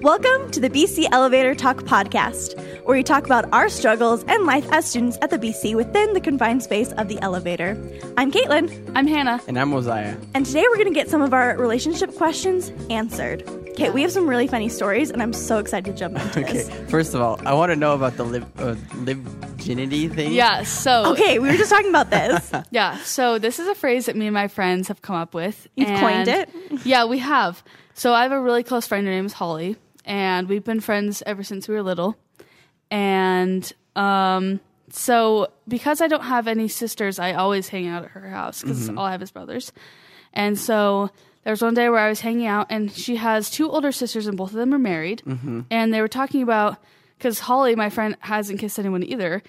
Welcome to the BC Elevator Talk podcast, where we talk about our struggles and life as students at the BC within the confined space of the elevator. I'm Caitlin, I'm Hannah. And I'm Mosiah. and today we're going to get some of our relationship questions answered. Okay, we have some really funny stories, and I'm so excited to jump into Okay, this. first of all, I want to know about the lib- uh, libginity thing. Yeah, so Okay, we were just talking about this. yeah, so this is a phrase that me and my friends have come up with. You've coined and- Yeah, we have. So I have a really close friend. Her name is Holly, and we've been friends ever since we were little. And um, so because I don't have any sisters, I always hang out at her house because Mm-hmm. all I have is brothers. And so there was one day where I was hanging out, and she has two older sisters, and both of them are married. Mm-hmm. And they were talking about because Holly, my friend, hasn't kissed anyone either.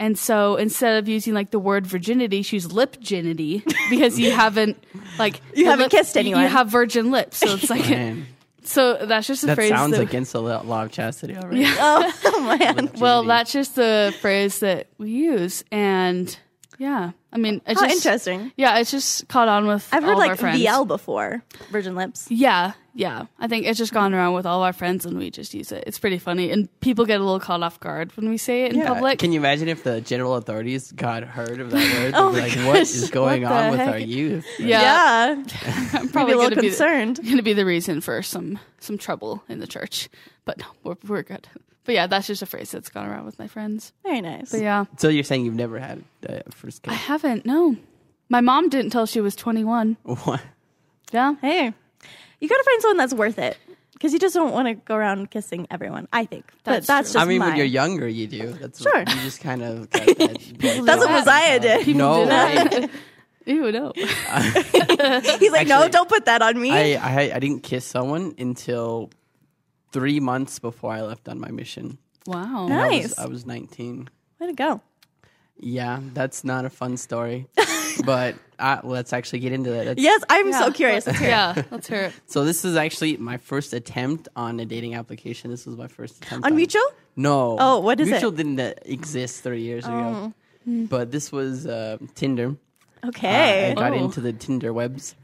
And so instead of using like the word virginity, she's lipginity because you haven't like You the haven't kissed you- anyone. You have virgin lips, so it's like Man, so that's just a that phrase. sounds that, against the lo- law of chastity already. Yeah. oh, man. well, that's just the phrase that we use, and yeah, I mean, it's How just, interesting. Yeah, it's just caught on with. I've all heard of our like friends. VL before, Virgin Lips. Yeah, yeah. I think it's just gone around with all our friends, and we just use it. It's pretty funny, and people get a little caught off guard when we say it in public. Can you imagine if the general authorities got heard of that word? Oh They'd be my like, what gosh, is going what on the with our heck? youth? yeah, I'm I'd be probably a little gonna be the, concerned. gonna be the reason for some some trouble in the church. But no, we're we're good. But yeah, that's just a phrase that's gone around with my friends. Very nice. But yeah. So you're saying you've never had a first I kiss? haven't. No, my mom didn't till she was twenty one. What? Yeah, Hey, you gotta find someone that's worth it because you just don't want to go around kissing everyone. I think, That's but that's true. just I mean, mine. when you're younger, you do. That's Sure. What, you just kind of got that. that's what Yeah. Mosiah did. no, do way. that. Ew, no. He's like, no, Actually, don't put that on me. I, I I didn't kiss someone until three months before I left on my mission. Wow. And I was- Nice. I was 19. Way to go. Yeah, that's not a fun story, but uh, let's actually get into that. That's- Yes, I'm Yeah. so curious. Let's hear it. Yeah, let's hear it. So this is actually my first attempt on a dating application. This was my first attempt on mutual. No. Oh, what is it? Oh. Hmm. Mutual didn't uh, exist three years ago, but this was uh, Tinder. Uh, Okay, I got Oh. into the Tinder webs,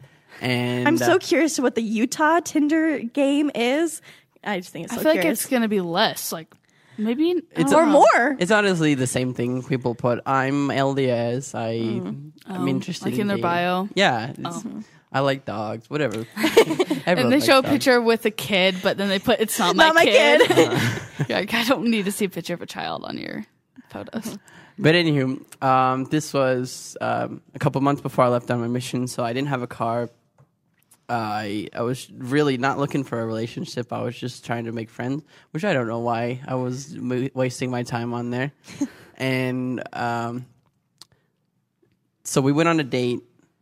and I'm so uh, curious to what the Utah Tinder game is. I just think it's I so feel like curious. it's gonna be less. Like maybe I It's don't or know. more. It's honestly the same thing people put. I'm LDS. I Hmm. I'm Oh, interested like in their dating." bio? Yeah. it's- Oh. I like dogs. Whatever. And Everyone they likes show a dogs. picture with a kid, but then they put it's not, Not my kid. You're like, I don't need to see a picture of a child on your photos. But anywho, um, this was um, a couple months before I left on my mission, so I didn't have a car. I I was really not looking for a relationship. I was just trying to make friends, which I don't know why I was mo- wasting my time on there. and um, so we went on a date.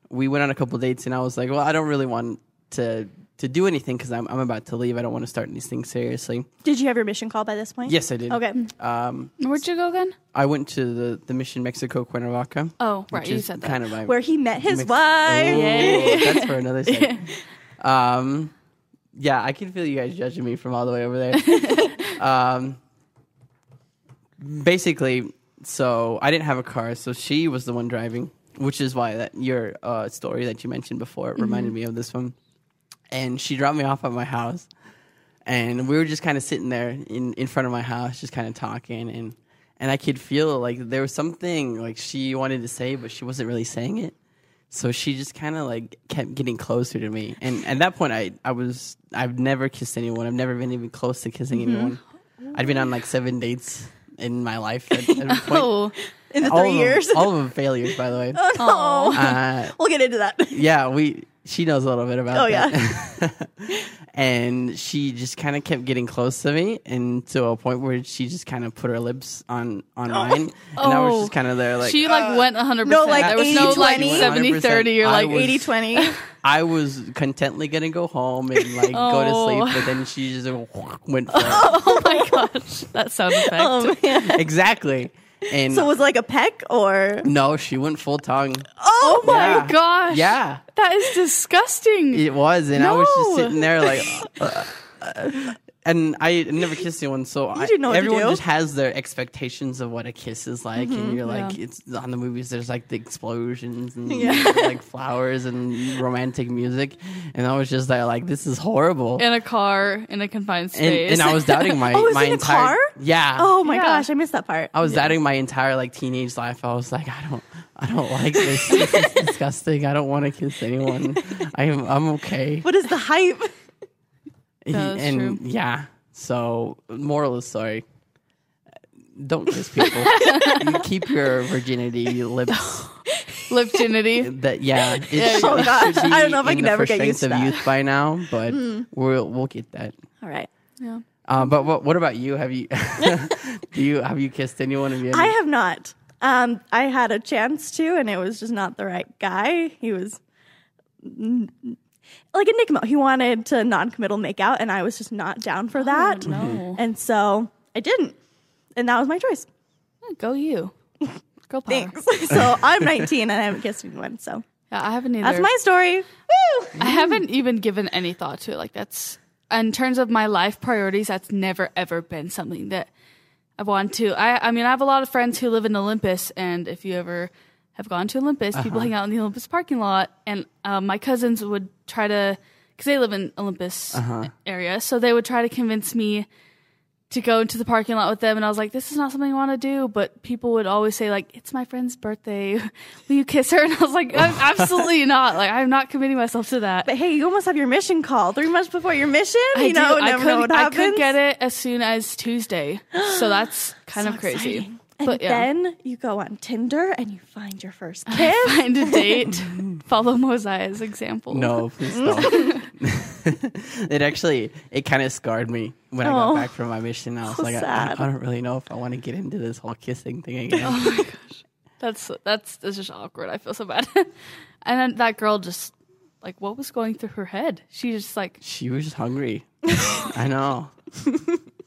We went on a couple dates, and I was like, "Well, I don't really want to to do anything because I'm I'm about to leave. I don't want to start these things seriously." Did you have your mission call by this point? Yes, I did. Okay. Mm. Um, Where'd you go again? I went to the, the Mission Mexico Cuernavaca. Oh, right, which you is said that. Kind of my- Where he met his Mex- wife. Oh, that's for another second. Um, yeah, I can feel you guys judging me from all the way over there. um, basically, so I didn't have a car, so she was the one driving, which is why that your uh, story that you mentioned before it reminded me of this one. And she dropped me off at my house, and we were just kind of sitting there in, in front of my house, just kind of talking, and and I could feel like there was something like she wanted to say, but she wasn't really saying it. So she just kind of like kept getting closer to me, and at that point, I I was I've never kissed anyone. I've never been even close to kissing Mm-hmm. anyone. I'd been on like seven dates in my life. At, at a point. Oh, in the all three of years. them, all of them failures, by the way. oh, Uh, we'll get into that. yeah, we she knows a little bit about. Oh, that. and she just kind of kept getting close to me, and to a point where she just kind of put her lips on on mine, and I was Oh. just kind of there like. uh, she like went 100. no, percent like there was no like 80, 70, 30. You're I like was- 80 20. I was contently gonna go home and like go Oh. to sleep, but then she just went for it. Oh my gosh, that sound effect. Oh, man. exactly. And So was it like a peck or? no, she went full tongue. Oh, Oh my Yeah. gosh. Yeah, That is disgusting. it was, and I was just No. sitting there like, uh, and I never kissed anyone, so I, didn't know what to everyone do. Mm-hmm, just has their expectations of what a kiss is like, and you're like, it's on the movies. There's like the explosions and like flowers and romantic music, and I was just there like, this is horrible. in a car in a confined and, space. and I was doubting my Oh, it was my in a entire car? yeah. Oh my Yeah. Oh. gosh, I missed that part. I was doubting my entire like teenage life. I was like, I don't, I don't like this. this is disgusting. I don't want to kiss anyone. I'm, I'm okay. What is the hype? That was and true. yeah, so moral is sorry. Don't kiss people. You keep your virginity your lips. Lipginity. That yeah. It Yeah, should- yeah. Oh, God. should be I don't know if I in can the ever get strength used to of that. Hmm. youth by now, but we'll we'll get that. All right. yeah. Uh, but what what about you? Have you do you have you kissed anyone? Have you ever- I have not. Um, I had a chance to, and it was just not the right guy. He was mm, like a nickmo. He wanted to non-committal make out, and I was just not down for that. Oh, No. And so I didn't, and that was my choice. Go you. Go power. Thanks. so I'm 19 and I haven't kissed anyone. So Yeah, I haven't either. that's my story. Woo! I haven't even given any thought to it. Like that's in terms of my life priorities, that's never ever been something that I want to. I I mean, I have a lot of friends who live in Olympus, and if you ever have gone to Olympus, people hang out in the Olympus parking lot, and uh, my cousins would try to because they live in Olympus area, so they would try to convince me to go into the parking lot with them and I was like, this is not something I want to do. But people would always say like, it's my friend's birthday. Will you kiss her? And I was like, I'm absolutely not. Like, I'm not committing myself to that. But hey, you almost have your mission call three months before your mission. I you do- know, I never could, know what I happens. could get it as soon as Tuesday. So that's kind of crazy. Exciting. And But yeah, then you go on Tinder and you find your first kiss. find a date. Follow Mosiah's example. No, please don't. it actually it kind of scarred me when I Oh. got back from my mission. I was So like, I, sad. I don't really know if I want to get into this whole kissing thing again. That's, that's, that's just awkward. I feel so bad. and then that girl just like, what was going through her head? She just like, she was just hungry. I know.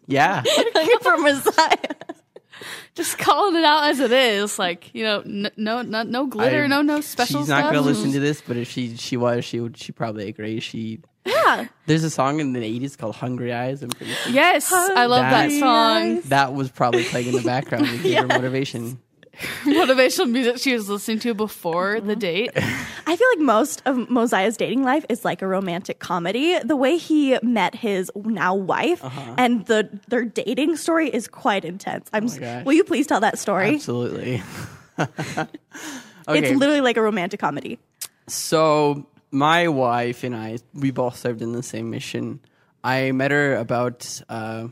Yeah, from Messiah. just calling it out as it is. Like you know, n- no, no, no glitter, I- no, no special she's stuff. not gonna listen to this, but if she she was, she would she probably agree. She Yeah. there's a song in the '80s called "Hungry Eyes." I'm pretty sure Yes, I love that, That- song. that was probably playing in the background to give her motivation. Motivational music she was listening to before Uh-huh. the date. Oh I feel like most of Mosiah's dating life is like a romantic comedy. The way he met his now wife Uh-huh. and the their dating story is quite intense. I'm. s- Oh gosh. will you please tell that story? Absolutely. okay. It's literally like a romantic comedy. So my wife and I, we both served in the same mission. I met her about uh,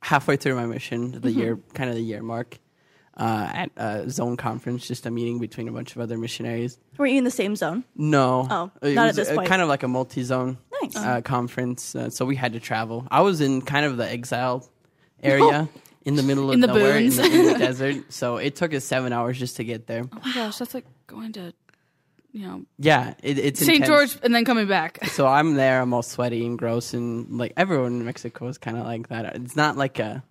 halfway through my mission, the Mm-hmm. year kind of the year mark, uh, at a zone conference, just a meeting between a bunch of other missionaries. Were you in the same zone? No, Oh, it not at was this uh, point. Kind of like a multi-zone Nice. uh, conference, uh, so we had to travel. I was in kind of the exile area. In the middle of In the nowhere, in boons. the, in the desert, so it took us seven hours just to get there. Oh my gosh, that's like going to, you know, Yeah, it, it's St. intense. George and then coming back. So I'm there, I'm all sweaty and gross, and like everyone in Mexico is kind of like that. It's not like a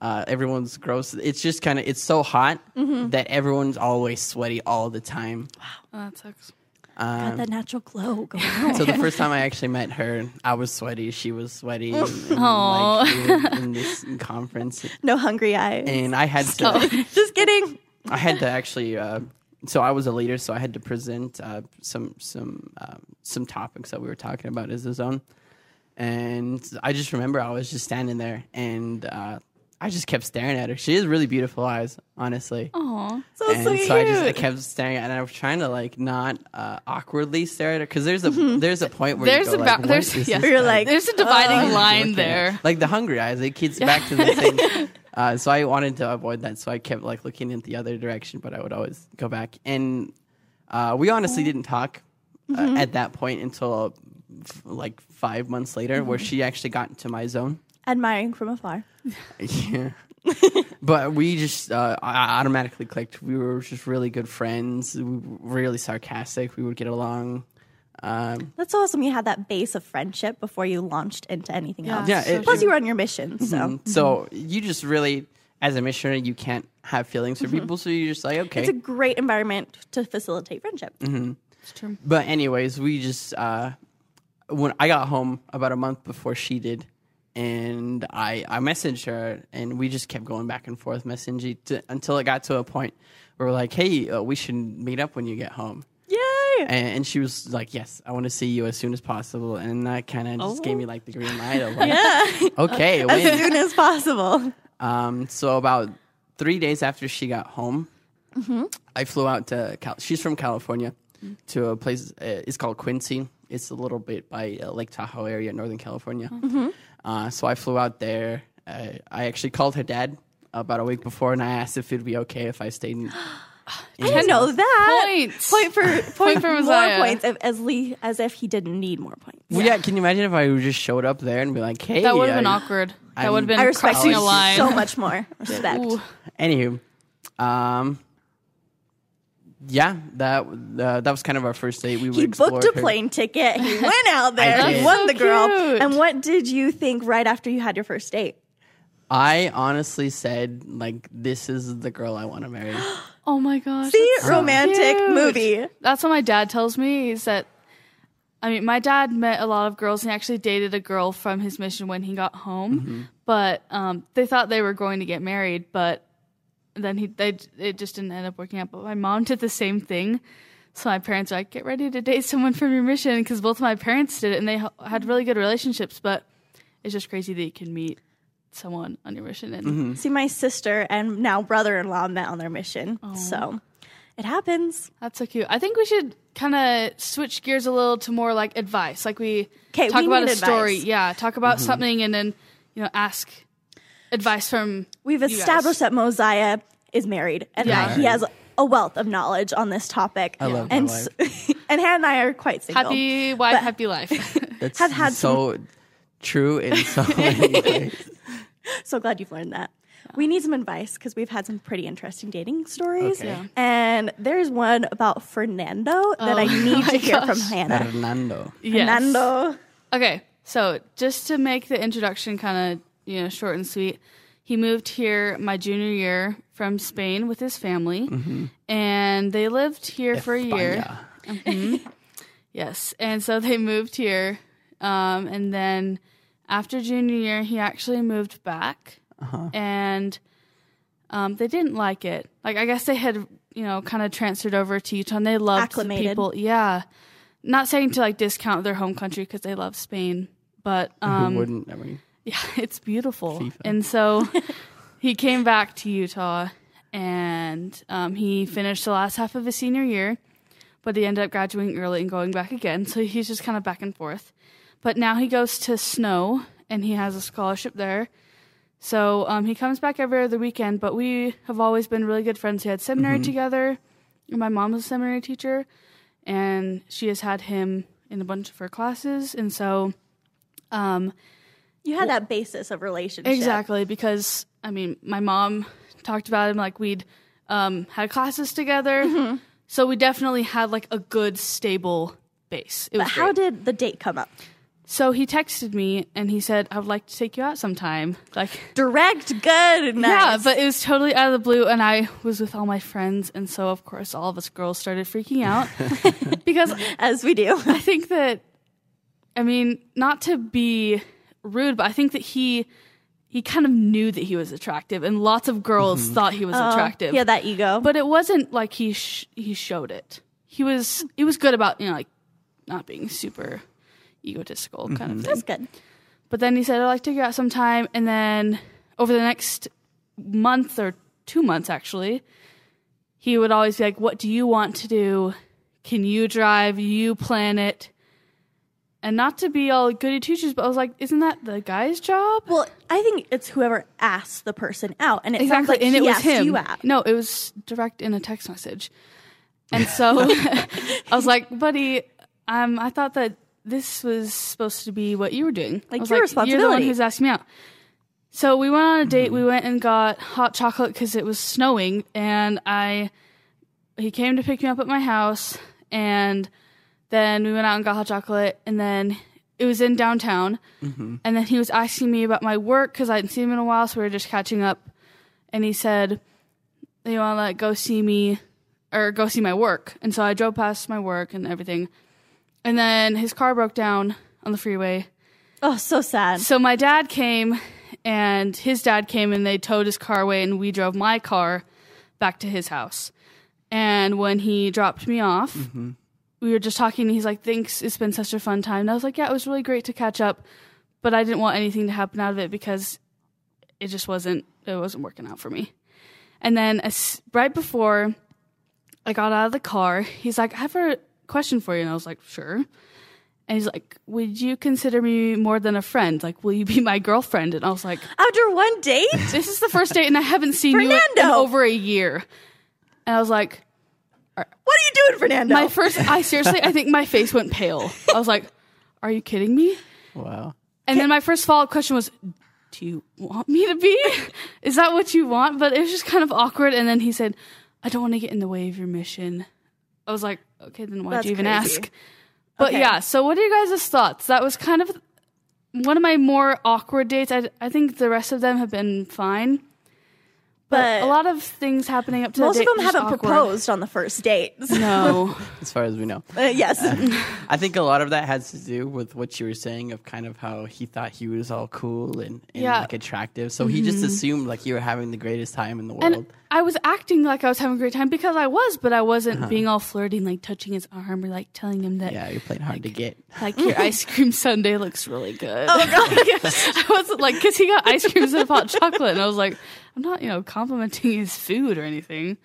uh, everyone's gross. It's just kind of it's so hot that everyone's always sweaty all the time. Oh, that sucks. Got that natural glow going on. So the first time I actually met her, I was sweaty, she was sweaty, and, and, like we were in this conference, no hungry eyes. and I had to, Just kidding. I had to actually. Uh, so I was a leader, so I had to present uh, some some um, some topics that we were talking about as a zone. and I just remember I was just standing there and uh, I just kept staring at her. She has really beautiful eyes, honestly. Aw. So and sweet. so I just I kept staring at, her, and I was trying to like not uh, awkwardly stare at her because there's a there's a point where Mm-hmm. There's you a go, ba- like, what there's- is yeah. this You're guy like, There's a dividing line looking at? there. like the hungry eyes. It keeps back to the same. Uh, so I wanted to avoid that, so I kept like looking in the other direction, but I would always go back. And uh, we honestly didn't talk uh, Mm-hmm. at that point until f- like five months later, Mm-hmm. where she actually got into my zone. admiring from afar. Yeah. but we just uh, a- automatically clicked. We were just really good friends. We were really sarcastic. We would get along. Um, That's awesome. You had that base of friendship before you launched into anything else. yeah. so it- Plus, you were on your mission, so Mm-hmm. So you just really, as a missionary, you can't have feelings for Mm-hmm. people. So you're just like, okay. it's a great environment to facilitate friendship. Mm-hmm. It's true. but anyways, we just uh, when I got home about a month before she did, and I I messaged her, and we just kept going back and forth messaging to, until it got to a point where we're like, hey, uh, we should meet up when you get home. Yay! And, and she was like, "Yes, I want to see you as soon as possible." And that kind of just Oh. gave me like the green light of like, Yeah. "Okay, as win." soon as possible. Um, so about three days after she got home, Mm-hmm. I flew out to Cal- she's from California to a place. Uh, it's called Quincy. It's a little bit by uh, Lake Tahoe area, Northern California. Mm-hmm. Uh, so I flew out there. I, I actually called her dad about a week before, and I asked if it'd be okay if I stayed. In- I didn't know that. points. Point for point, for more Messiah. points if, as Lee as if he didn't need more points. Well, yeah. Can you imagine if I just showed up there and be like, "Hey"? That would have been I- awkward. I that would have been I respect crossing you a line. so much more. Respect. Ooh. Anywho, um, yeah, that uh, that was kind of our first date. We would He explore booked a her- plane ticket. He went out there. I He did. won So the girl. cute. And what did you think right after you had your first date? I honestly said, like, this is the girl I want to marry. Oh my gosh. The that's so romantic cute. movie. That's what my dad tells me is that I mean, my dad met a lot of girls and he actually dated a girl from his mission when he got home, Mm-hmm. but um, they thought they were going to get married, but then he they it just didn't end up working out. But my mom did the same thing. So my parents are like, get ready to date someone from your mission because both of my parents did it and they h- had really good relationships. But it's just crazy that you can meet someone on your mission and See, my sister and now brother-in-law met on their mission. So it happens. That's so cute. I think we should kind of switch gears a little to more like advice. Like we 'Kay, talk we about a need story. advice. Yeah, talk about something and then, you know, ask advice from We've guys. established that Mosiah is married and Yeah. that he has a wealth of knowledge on this topic. I love my and s- and Hannah and I are quite single. happy wife, But- happy life. That's Have had so true in so many ways. So glad you've learned that. We need some advice because we've had some pretty interesting dating stories. Okay. Yeah. And there's one about Fernando that I Oh need to hear from Hannah. Fernando. Yes. Fernando. Okay, so just to make the introduction kind of you know short and sweet, he moved here my junior year from Spain with his family, and they lived here for a year. España. Mhm. yes, and so they moved here, um, and then after junior year, he actually moved back, and um, they didn't like it. Like I guess they had you know kind of transferred over to Utah, and they loved Acclimated. the people. Yeah, not saying to like discount their home country because they love Spain, but um, Who wouldn't? I mean, yeah, it's beautiful. And so he came back to Utah and um, he finished the last half of his senior year, but he ended up graduating early and going back again. So he's just kind of back and forth. But now he goes to Snow and he has a scholarship there. So um, he comes back every other weekend, but we have always been really good friends. We had seminary together. And My mom was a seminary teacher, and she has had him in a bunch of her classes. And so um, You had that basis of relationship. Exactly, because I mean, my mom talked about him like we'd um, had classes together, Mm-hmm. so we definitely had like a good stable base. It But was how great. did the date come up? so he texted me and he said, "I would like to take you out sometime." Like, Direct, good, nice. yeah, but it was totally out of the blue, and I was with all my friends, and so of course all of us girls started freaking out because as we do. I think that I mean, not to be rude, but I think that he he kind of knew that he was attractive and lots of girls thought he was attractive. Oh, Yeah, that ego. But it wasn't like he sh- he showed it. He was he was good about, you know, like not being super egotistical kind of thing. that's good. But then he said, I'd like to take you out sometime. And then over the next month or two months, actually, he would always be like, What do you want to do? Can you drive? You plan it. And not to be all goody two shoes, but I was like, Isn't that the guy's job? Well, I think it's whoever asked the person out, and it sounds exactly. like and he it was asked him. you out. No, it was direct in a text message. And so I was like, buddy, um, I thought that this was supposed to be what you were doing. I Like, was your You're the one responsibility." Hmm. who's asking me out. So we went on a date. We went and got hot chocolate because it was snowing, and I he came to pick me up at my house, and then we went out and got hot chocolate, and then it was in downtown, Mm-hmm. and then he was asking me about my work because I hadn't seen him in a while, so we were just catching up, and he said, "You want to like, go see me or go see my work?" And so I drove past my work and everything, and then his car broke down on the freeway, Oh, so sad. So my dad came and his dad came and they towed his car away and we drove my car back to his house. And when he dropped me off, we were just talking and he's like, Thanks, it's been such a fun time. And I was like, Yeah, it was really great to catch up, but I didn't want anything to happen out of it because it just wasn't it wasn't working out for me. And then as, right before I got out of the car, he's like, I have a question for you. And I was like, Sure. And he's like, Would you consider me more than a friend? Like, will you be my girlfriend? And I was like, After one date? This is the first date, and I haven't seen you in Fernando! over a year. And I was like, What are you doing, Fernando? My first, I seriously, I think my face went pale. I was like, Are you kidding me? Wow. And then my first follow up question was, Do you want me to be? Is that what you want? But it was just kind of awkward. And then he said, I don't want to get in the way of your mission. I was like, Okay, then why'd That's you even crazy. ask? But Okay. yeah, so what are you guys' thoughts? That was kind of one of my more awkward dates. I, I think the rest of them have been fine. But, But a lot of things happening up to Most the of date them were just haven't awkward. proposed on the first date. No. As far as we know. Uh, yes. I think a lot of that has to do with what you were saying of kind of how he thought he was all cool and, and Yeah. Mm-hmm. like attractive. So he just assumed like you were having the greatest time in the world. And I was acting like I was having a great time because I was, but I wasn't Uh-huh. being all flirty and like touching his arm or like telling him that yeah, you're playing hard to get. like your ice cream sundae looks really good. Oh god, I wasn't like because he got ice cream instead of hot chocolate, and I was like, I'm not you know complimenting his food or anything.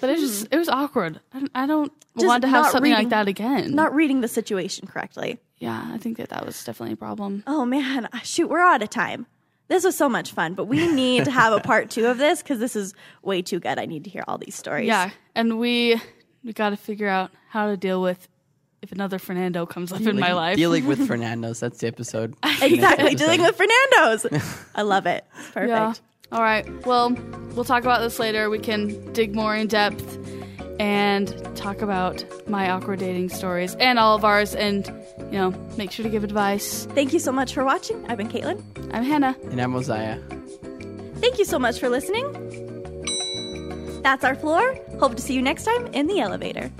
But it just it was awkward. I don't, I don't Just want to have not something like reading- that again. Not reading the situation correctly. yeah, I think that that was definitely a problem. Oh man, Ah, shoot, we're out of time. This was so much fun, but we need to have a part two of this because this is way too good. I need to hear all these stories. Yeah, and we we got to figure out how to deal with if another Fernando comes up in my Like, life. Dealing with Fernando's. That's the episode. Exactly. Next Dealing episode. with Fernando's. I love it. It's perfect. All right. Well, we'll talk about this later. We can dig more in depth and talk about my awkward dating stories and all of ours and, you know, make sure to give advice. Thank you so much for watching. I've been Caitlin. I'm Hannah. And I'm Mosiah. Thank you so much for listening. That's our floor. Hope to see you next time in the elevator.